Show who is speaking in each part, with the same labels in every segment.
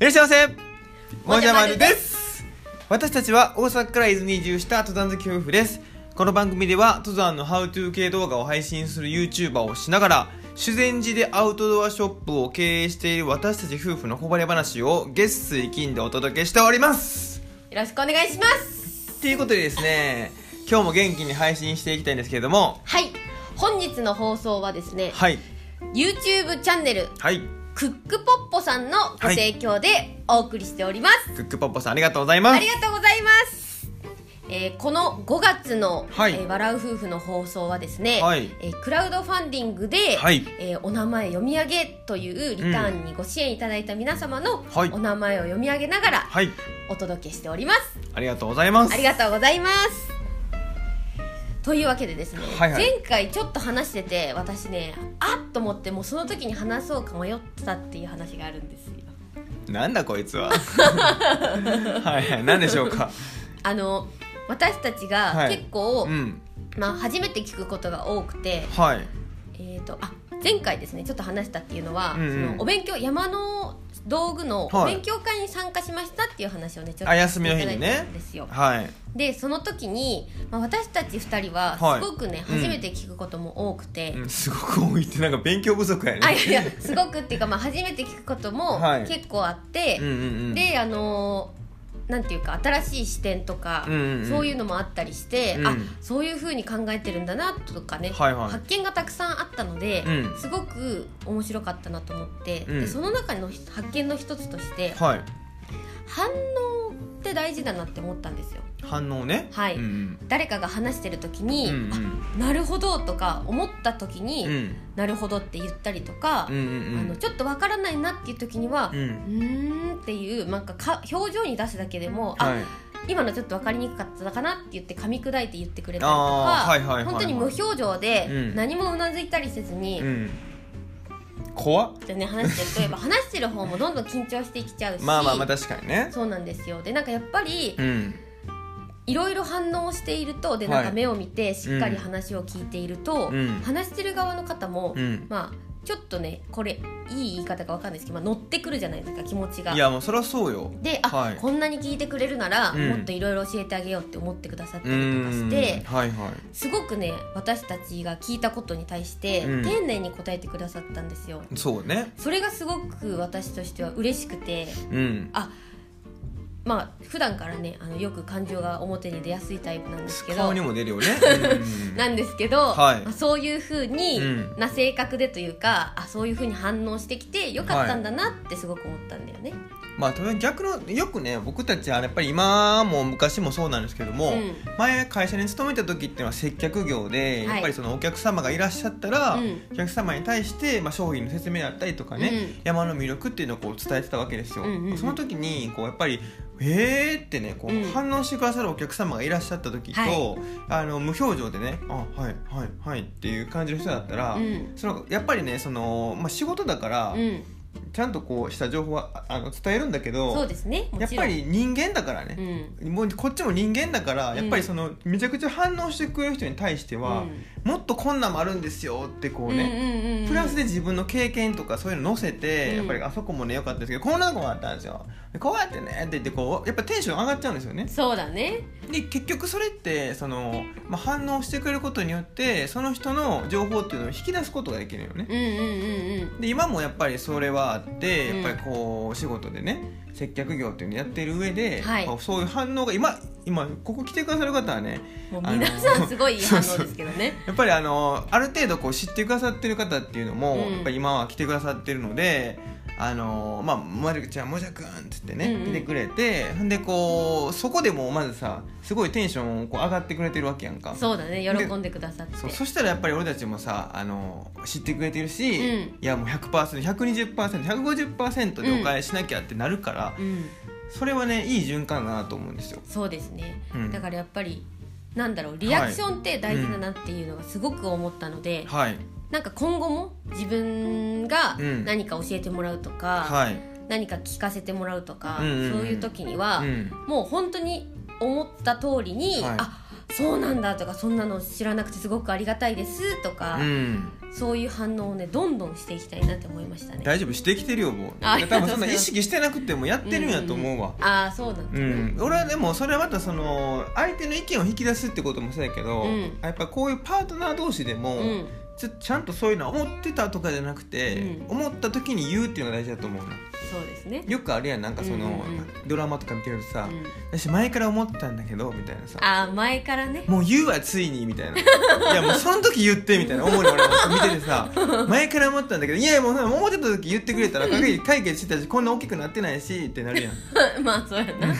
Speaker 1: いらっしゃいませも
Speaker 2: も
Speaker 1: じ
Speaker 2: じ
Speaker 1: ゃ
Speaker 2: ゃ
Speaker 1: ま
Speaker 2: ま
Speaker 1: る
Speaker 2: る
Speaker 1: で
Speaker 2: です
Speaker 1: 私たちは大阪から伊豆に移住した登山好き夫婦ですこの番組では登山のハウトゥー系動画を配信する YouTuber をしながら修善寺でアウトドアショップを経営している私たち夫婦のこぼれ話を月水金でお届けしております
Speaker 2: よろしくお願いします
Speaker 1: ということでですね今日も元気に配信していきたいんですけれども
Speaker 2: はい本日の放送はですね
Speaker 1: はい
Speaker 2: YouTube チャンネル
Speaker 1: はい
Speaker 2: クックポッポさんのご提供でお送りしております、
Speaker 1: クックパッポさんありがとうございま
Speaker 2: あり
Speaker 1: す
Speaker 2: がとうございますえーこの5月の、
Speaker 1: はい
Speaker 2: えー笑う夫婦の放送はですね、
Speaker 1: はい
Speaker 2: えークラウドファンディングで、
Speaker 1: はい
Speaker 2: えーお名前読み上げというリターンにご支援いただいた皆様の
Speaker 1: はい
Speaker 2: お名前を読み上げながら
Speaker 1: はい
Speaker 2: お届けしております、
Speaker 1: ありがとうございます
Speaker 2: ありがとうございます。というわけでですね、
Speaker 1: はいはい
Speaker 2: 前回ちょっと話してて私ねあっと思ってもうその時に話そうか迷ったっていう話があるんですよ
Speaker 1: なんだこいつは はいはい何でしょうか
Speaker 2: あの私たち
Speaker 1: は
Speaker 2: が
Speaker 1: い
Speaker 2: 結構、
Speaker 1: うん
Speaker 2: まあ、初めて聞くことが多くて、
Speaker 1: はい
Speaker 2: えー、とあ前回ですねちょっと話したっていうのは、
Speaker 1: うんうん
Speaker 2: そのお勉強山の道具の
Speaker 1: はい
Speaker 2: お勉強会に参加しましたっていう話をねちょっと
Speaker 1: あ休みの日にね
Speaker 2: いただいたんですよ、
Speaker 1: はい
Speaker 2: でその時に、まあ、私たち2人は
Speaker 1: はい
Speaker 2: すごくね、
Speaker 1: うん
Speaker 2: 初めて聞くことも多くて、
Speaker 1: うんすごく多いってなんか勉強不足やね
Speaker 2: あいやいやすごくっていうか、まあ、初めて聞くことも
Speaker 1: はい
Speaker 2: 結構あって、
Speaker 1: うんうんうん
Speaker 2: であのーなんていうか新しい視点とか、
Speaker 1: うんうんうん
Speaker 2: そういうのもあったりして、
Speaker 1: うん
Speaker 2: あそういうふうに考えてるんだなとかね、
Speaker 1: はいはい
Speaker 2: 発見がたくさんあったので、
Speaker 1: うん
Speaker 2: すごく面白かったなと思って、
Speaker 1: うん
Speaker 2: でその中の発見の一つとして
Speaker 1: はい
Speaker 2: 反応って大事だなって思ったんですよ。
Speaker 1: 反応ね
Speaker 2: はい
Speaker 1: うん
Speaker 2: 誰かが話してる時
Speaker 1: う
Speaker 2: に、
Speaker 1: んうん
Speaker 2: あなるほどとか思った時に、
Speaker 1: うんうん
Speaker 2: なるほどって言ったりとか、
Speaker 1: うん
Speaker 2: あのちょっとわからないなっていう時には
Speaker 1: うんう、ん
Speaker 2: うーんっていうなんかか表情に出すだけでも、
Speaker 1: はい
Speaker 2: あ今のちょっとわかりにくかったかなって言って噛み砕いて言ってくれたりとか、
Speaker 1: あーはいはいはいはい
Speaker 2: 本当に無表情
Speaker 1: う
Speaker 2: で
Speaker 1: ん
Speaker 2: 何もうなずいたりせずに、
Speaker 1: うん怖っ
Speaker 2: でね話してる とやっぱ話してる方もどんどん緊張してきちゃうし、
Speaker 1: まあまあまあ確かにね
Speaker 2: そうなんですよでなんかやっぱり
Speaker 1: うん
Speaker 2: いろいろ反応しているとでなん
Speaker 1: は
Speaker 2: か
Speaker 1: い
Speaker 2: 目を見てしっかり話を聞いていると、
Speaker 1: うん
Speaker 2: 話してる側の方も、
Speaker 1: うん
Speaker 2: まあちょっとねこれいい言い方かわかんないですけど、まあ、乗ってくるじゃないですか気持ちが
Speaker 1: い。やもうそりゃそうよ
Speaker 2: であ、
Speaker 1: はい
Speaker 2: こんなに聞いてくれるなら、
Speaker 1: うん
Speaker 2: もっといろいろ教えてあげようって思ってくださった
Speaker 1: う
Speaker 2: りとか
Speaker 1: ん
Speaker 2: して
Speaker 1: はいは
Speaker 2: すごくね私たちが聞いたことに対して、
Speaker 1: うん
Speaker 2: 丁寧に答えてくださったんですよ
Speaker 1: いそうね
Speaker 2: それがすごく私としては嬉しくて
Speaker 1: うん
Speaker 2: あまあ普段からねあのよく感情が表に出やすいタイプなんですけど
Speaker 1: 顔にも出るよ ねうん
Speaker 2: なんですけど、
Speaker 1: はい
Speaker 2: まあ、そういうふうに
Speaker 1: うん
Speaker 2: な性格でというか、あそういうふうに反応してきてよかったんだなってすごく思ったんだよね。
Speaker 1: まあ多分逆のよくね僕たちはやっぱり今も昔もそうなんですけども、
Speaker 2: うん
Speaker 1: 前会社に勤めた時っていうのは接客業で、
Speaker 2: はい
Speaker 1: やっぱりそのお客様がいらっしゃったら、
Speaker 2: うん
Speaker 1: お客様に対して、まあ、商品の説明だったりとかね、
Speaker 2: うん
Speaker 1: 山の魅力っていうのをこう伝えてたわけですよ、
Speaker 2: うんうんうん
Speaker 1: その時にこうやっぱり「えー!」ってねこ
Speaker 2: うん
Speaker 1: う反応してくださるお客様がいらっしゃった時と、
Speaker 2: は
Speaker 1: あの無表情でね「あはいはいはい」っていう感じの人だったら、
Speaker 2: うん
Speaker 1: そのやっぱりねその、まあ、仕事だから、
Speaker 2: うん、
Speaker 1: ちゃんとこうした情報はああの伝えるんだけど
Speaker 2: そうですねも
Speaker 1: やっ
Speaker 2: ちろ
Speaker 1: ぱ
Speaker 2: ん
Speaker 1: り人間だから
Speaker 2: う
Speaker 1: ね、
Speaker 2: ん
Speaker 1: もうこっちも人間だから
Speaker 2: うん
Speaker 1: やっぱりその、めちゃくちゃ反応してくれる人に対しては、もっとこんなんもあるんですよってこうね、
Speaker 2: ね
Speaker 1: プラスで自分の経験とかそういうの載せて、
Speaker 2: うん
Speaker 1: やっぱりあそこもね良かったですけどこんなのもあったんですよでこうやってねって言ってこうやっぱテンション上がっちゃうんですよね
Speaker 2: そうだね
Speaker 1: で結局それってその、まあ、反応してくれることによってその人の情報っていうのを引き出すことができるよね
Speaker 2: うんうんうんうん
Speaker 1: で今もやっぱりそれはあって、
Speaker 2: うん
Speaker 1: やっぱりこうお仕事でね接客業っていうのやってる上で、
Speaker 2: はい
Speaker 1: まあそういう反応が今今ここ来てくださる方はね
Speaker 2: もう
Speaker 1: あの
Speaker 2: 皆さんすごいいい反応ですけどね
Speaker 1: やっぱりあのある程度こう知ってくださってる方っていうのも、
Speaker 2: うん
Speaker 1: やっぱり今は来てくださってるので。あのまあ、まるちゃんもじゃくんっつってね、
Speaker 2: うんう
Speaker 1: 来
Speaker 2: ん
Speaker 1: てくれてほんでこうそこでもうまずさすごいテンションこう上がってくれてるわけやんか
Speaker 2: そうだね喜んでくださって
Speaker 1: そうそしたらやっぱり俺たちもさあの知ってくれてるし、
Speaker 2: うん
Speaker 1: いやもう 100%120%150% でお返ししなきゃってなるから、
Speaker 2: うん
Speaker 1: それはねいい循環だなと思うんですよ。
Speaker 2: そうですね
Speaker 1: うん
Speaker 2: だからやっぱりなんだろうリアクションって大事だなっていうのがすごく思ったので
Speaker 1: はい、
Speaker 2: なんか今後も自分が
Speaker 1: うん
Speaker 2: 何か教えてもらうとか
Speaker 1: はい、
Speaker 2: 何か聞かせてもらうと
Speaker 1: う
Speaker 2: かそうん
Speaker 1: うんうん
Speaker 2: いう時には
Speaker 1: うん
Speaker 2: もう本当に思った通りに
Speaker 1: はい
Speaker 2: あそうなんだとかそんなの知らなくてすごくありがたいですとか
Speaker 1: う、ん
Speaker 2: そういう反応をねどんどんしていきたいなって思いましたね
Speaker 1: 大丈夫してきてるよもう
Speaker 2: ああり
Speaker 1: 多
Speaker 2: がとうご
Speaker 1: 分
Speaker 2: ざ
Speaker 1: そん
Speaker 2: います
Speaker 1: な意識してなくてもやってるんやと思うわ
Speaker 2: ああそうなん
Speaker 1: う
Speaker 2: だ、
Speaker 1: ん、俺はでもそれはまたその相手の意見を引き出すってこともそうやけど、
Speaker 2: うん
Speaker 1: やっぱこういうパートナー同士でも、
Speaker 2: うん
Speaker 1: ちょちゃんとそういうのは思ってたとかじゃなくて、
Speaker 2: うん
Speaker 1: 思った時に言うっていうのが大事だと思うな
Speaker 2: そうですね、
Speaker 1: よくあるやんなんかその、
Speaker 2: うんうんうん
Speaker 1: ドラマとか見てると
Speaker 2: う
Speaker 1: さ、
Speaker 2: ん、
Speaker 1: 私前から思ったんだけどみたいなさ
Speaker 2: ああ前からね
Speaker 1: もう言うわついにみたいないやもうその時言ってみたいな思い俺も見てて さ前から思ったんだけどいやもうそんな思ってた時言ってくれたら解決解決してたしこんな大きくなってないしってなるやん
Speaker 2: まあそうやな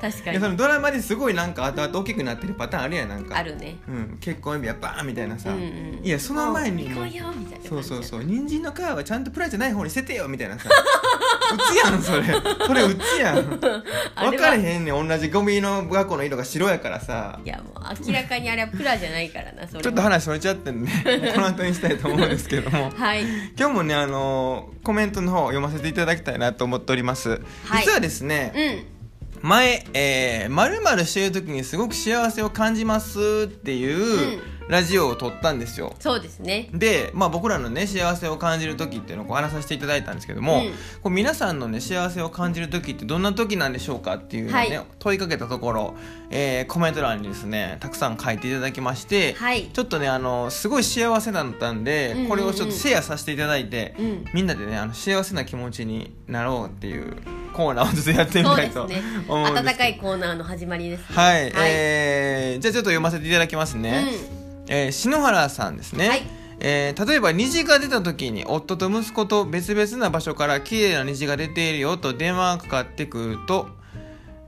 Speaker 2: 確か
Speaker 1: いやそ
Speaker 2: に
Speaker 1: のドラマですごいなんか後々大きくなってるパターンあるやんなんか
Speaker 2: あるね
Speaker 1: うん、結婚指輪バーンみたいなさ、
Speaker 2: うんうん
Speaker 1: いやその前に
Speaker 2: あ
Speaker 1: も
Speaker 2: 行こうよみたいな
Speaker 1: そうそう
Speaker 2: う
Speaker 1: そう人参の皮はちゃんとプラじゃない方に捨ててよみたい なさうちやんそれそれうちやん
Speaker 2: あ
Speaker 1: 分
Speaker 2: れ
Speaker 1: か
Speaker 2: は
Speaker 1: れ
Speaker 2: い
Speaker 1: へんねん同じゴミの学校の色が白やからさ
Speaker 2: やもう明らかにあれはプラじゃないからなそれは
Speaker 1: ちょっと話それちゃってん でこの後にしたいと思うんですけども
Speaker 2: はい
Speaker 1: 今日もねあのーコメントの方を読ませていただきたいなと思っております、
Speaker 2: はい
Speaker 1: 実はですね、
Speaker 2: うん
Speaker 1: 前、えー、〇〇してる時にすごく幸せを感じますっていうラジオを撮ったんですよ。
Speaker 2: そうですね
Speaker 1: で、まあ、僕らのね幸せを感じる時っていうのをこう話させていただいたんですけども、
Speaker 2: うん
Speaker 1: こう皆さんのね幸せを感じる時ってどんな時なんでしょうかっていうのをね、
Speaker 2: はい
Speaker 1: 問いかけたところ、えーコメント欄にですねたくさん書いていただきまして、
Speaker 2: はい
Speaker 1: ちょっとねあのすごい幸せだったんで、
Speaker 2: うんうんうん
Speaker 1: これをちょっとシェアさせていただいて、
Speaker 2: うん
Speaker 1: みんなでねあの幸せな気持ちになろうっていうコーナーをちょっとやってみ
Speaker 2: そう
Speaker 1: た
Speaker 2: で
Speaker 1: いと
Speaker 2: す
Speaker 1: 思うん
Speaker 2: ね
Speaker 1: ですけど
Speaker 2: 温かいコーナーの始まりですね
Speaker 1: はい、
Speaker 2: はい
Speaker 1: えーじゃあちょっと読ませていただきますね、えー篠原さんですね、
Speaker 2: はい
Speaker 1: えー例えば虹が出た時に夫と息子と別々な場所から綺麗な虹が出ているよと電話がかかってくると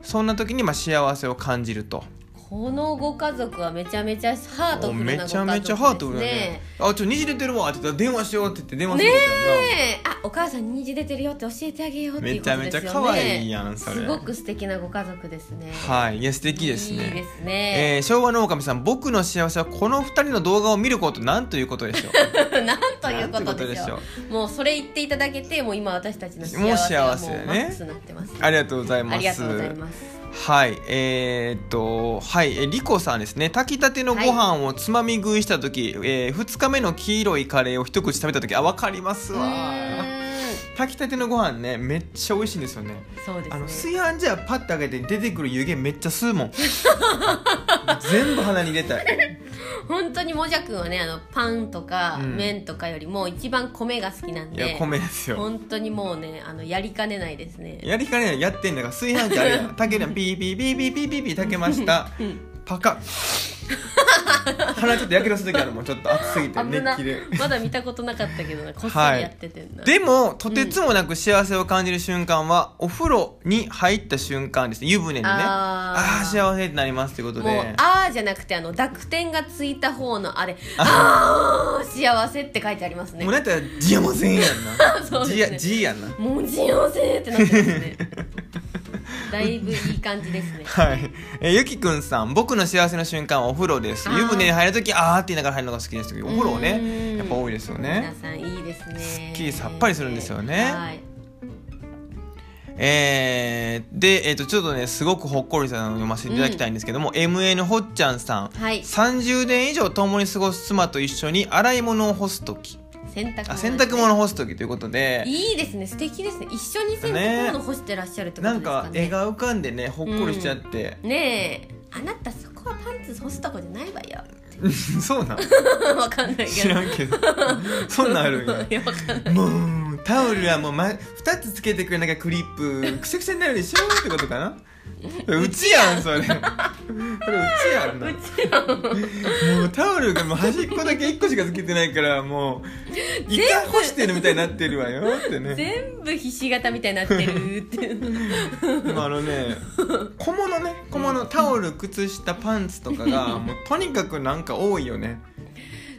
Speaker 1: そんな時にまあ幸せを感じると
Speaker 2: このご家族はめちゃめちゃハート
Speaker 1: め
Speaker 2: フルなご家族ですね
Speaker 1: ちゃめちゃハートフルだねあちょ虹出てるわって言ったら電話しようって言って電話してくれたんだ
Speaker 2: ねえあお母さんに虹出てるよって教えてあげようっていうことですよね
Speaker 1: めちゃめちゃ可愛いやんそれ
Speaker 2: すごく素敵なご家族ですね
Speaker 1: はいいや素敵です
Speaker 2: いいで
Speaker 1: ね
Speaker 2: すね、
Speaker 1: えー昭和の狼さん僕の幸せはこの二人の動画を見ることなんということでしょう
Speaker 2: なん ということでしょ
Speaker 1: なん
Speaker 2: う
Speaker 1: てこ
Speaker 2: もうそれ言っていただけてもう今私たちの幸せ
Speaker 1: もう
Speaker 2: は
Speaker 1: 幸せ
Speaker 2: も
Speaker 1: ね
Speaker 2: うマックスになってます
Speaker 1: ありがとうございます
Speaker 2: ありがとうございます
Speaker 1: はいえーっとはいえリコさんですね炊きたてのご飯をつまみ食いした時、え2日目の黄色いカレーを一口食べた時あ分かります
Speaker 2: う
Speaker 1: わ
Speaker 2: ーん
Speaker 1: 炊きたてのご飯ねめっちゃ美味しいんですよね
Speaker 2: そう
Speaker 1: あの
Speaker 2: ですね
Speaker 1: 炊飯ジャーパッと開けて出てくる湯気めっちゃ吸う もん全部鼻に入れたい
Speaker 2: 本当にもじゃくんはねあのパンとか
Speaker 1: うん
Speaker 2: 麺とかよりも一番米が好きなん
Speaker 1: い
Speaker 2: で、
Speaker 1: や米ですよ
Speaker 2: 本当にもうねあのやりかねないですね
Speaker 1: やりかねないやってんだから炊飯器あれや ん炊けるやんピーピーピーピーピーピーピー炊けましたパカッ鼻ちょっとやけどする時あるもんちょっと熱すぎて
Speaker 2: 危
Speaker 1: 熱
Speaker 2: な
Speaker 1: 気で
Speaker 2: まだ見たことなかったけ どなこっそりやっててんな、
Speaker 1: でもとてつもなく幸せを感じる瞬間は、お風呂に入った瞬間ですね湯船にね
Speaker 2: あ
Speaker 1: ああ
Speaker 2: ー
Speaker 1: ー幸せってなりますということ
Speaker 2: もう
Speaker 1: で
Speaker 2: 「あー」じゃなくてあの濁点がついた方 のあれ「あー幸せ」って書いてありますね
Speaker 1: もうなんやったら「ジやもせんやんな
Speaker 2: そうですね
Speaker 1: ジやジやんな
Speaker 2: もう幸せってなってます ねだいぶいい感じですね
Speaker 1: はい、えーゆきくんさん僕の幸せの瞬間はお風呂です
Speaker 2: あー
Speaker 1: 湯船に入る時あーって言いながら入るのが好きですけどお風呂
Speaker 2: うー
Speaker 1: ね
Speaker 2: ん
Speaker 1: やっぱ多いですよ
Speaker 2: 皆
Speaker 1: ね
Speaker 2: さんいいですね
Speaker 1: すっきりさっぱりするんですよね
Speaker 2: はい
Speaker 1: えーで、えー、とちょっとねすごくほっこりしたのを読ませていただきたいんですけども、MN ほっちゃんさん、
Speaker 2: はい
Speaker 1: 30年以上共に過ごす妻と一緒に洗い物を干す時
Speaker 2: 洗濯物
Speaker 1: あ洗濯物を干す時ということで
Speaker 2: いいですね素敵ですね一緒に洗濯物干してらっしゃるってこ
Speaker 1: な
Speaker 2: とで
Speaker 1: ん
Speaker 2: すか
Speaker 1: か
Speaker 2: ね
Speaker 1: 絵が浮かんでねほっこりしちゃって、
Speaker 2: ねえあなたそこはパンツ干すとこじゃない わよ
Speaker 1: そうなん
Speaker 2: わかんないけ
Speaker 1: 知
Speaker 2: ど
Speaker 1: らんけどそんなんあるんや
Speaker 2: いやわかんない
Speaker 1: もうタオルはもう、ま、2つつけてくれなきゃクリップくしゃくしゃになるでしょってことかなうちやんそれそれうちやんなもうタオルがもう端っこだけ1個しかつけてないからもうイカ干してるみたいになってるわよってね
Speaker 2: 全部ひし形みたいになってるっていう
Speaker 1: でもあのね小物ね小物タオル靴下パンツとかがもうとにかくなんか多いよね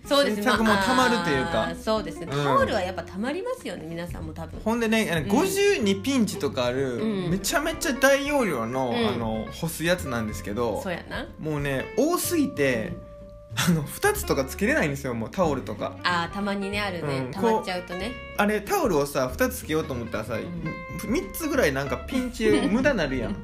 Speaker 2: そうですね
Speaker 1: 洗濯も溜まるというか
Speaker 2: あーそうですね
Speaker 1: うん
Speaker 2: タオルはやっぱ溜まりますよね皆さんも多分
Speaker 1: ほんでねあの52ピンチとかある、
Speaker 2: うん
Speaker 1: めちゃめちゃ大容量の,、
Speaker 2: うん
Speaker 1: あの干すやつなんですけど
Speaker 2: そうやな
Speaker 1: もうね多すぎてあの2つとかつけれないんですよもうタオルとか
Speaker 2: あーたまにねあるね、
Speaker 1: うん
Speaker 2: 溜まっちゃうとね
Speaker 1: あれタオルをさ2つつけようと思ったらさ、
Speaker 2: ん
Speaker 1: 3つぐらいなんかピンチ無駄なるやん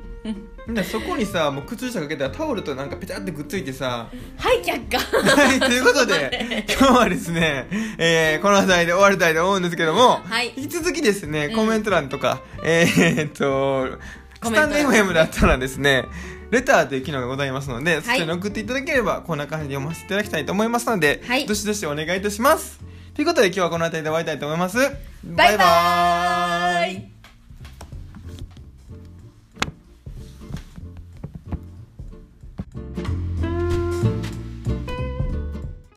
Speaker 1: でそこにさもう靴下かけたらタオルとなんかペチャってくっついてさ
Speaker 2: はい却 下
Speaker 1: はいということ で今日はですね、えーこの辺りで終わりたいと思うんですけども、
Speaker 2: はい
Speaker 1: 引き続きですね
Speaker 2: うん
Speaker 1: コメント欄とか、えーっと
Speaker 2: コ
Speaker 1: ス
Speaker 2: メン
Speaker 1: タ
Speaker 2: ト欄
Speaker 1: ンド FM だったらですねレターという機能がございますので、そちらに送っていただければこんな感じで読ませていただきたいと思いますので、
Speaker 2: はい
Speaker 1: どしどしお願いいたしますということで今日はこの辺りで終わりたいと思います
Speaker 2: バイバーイ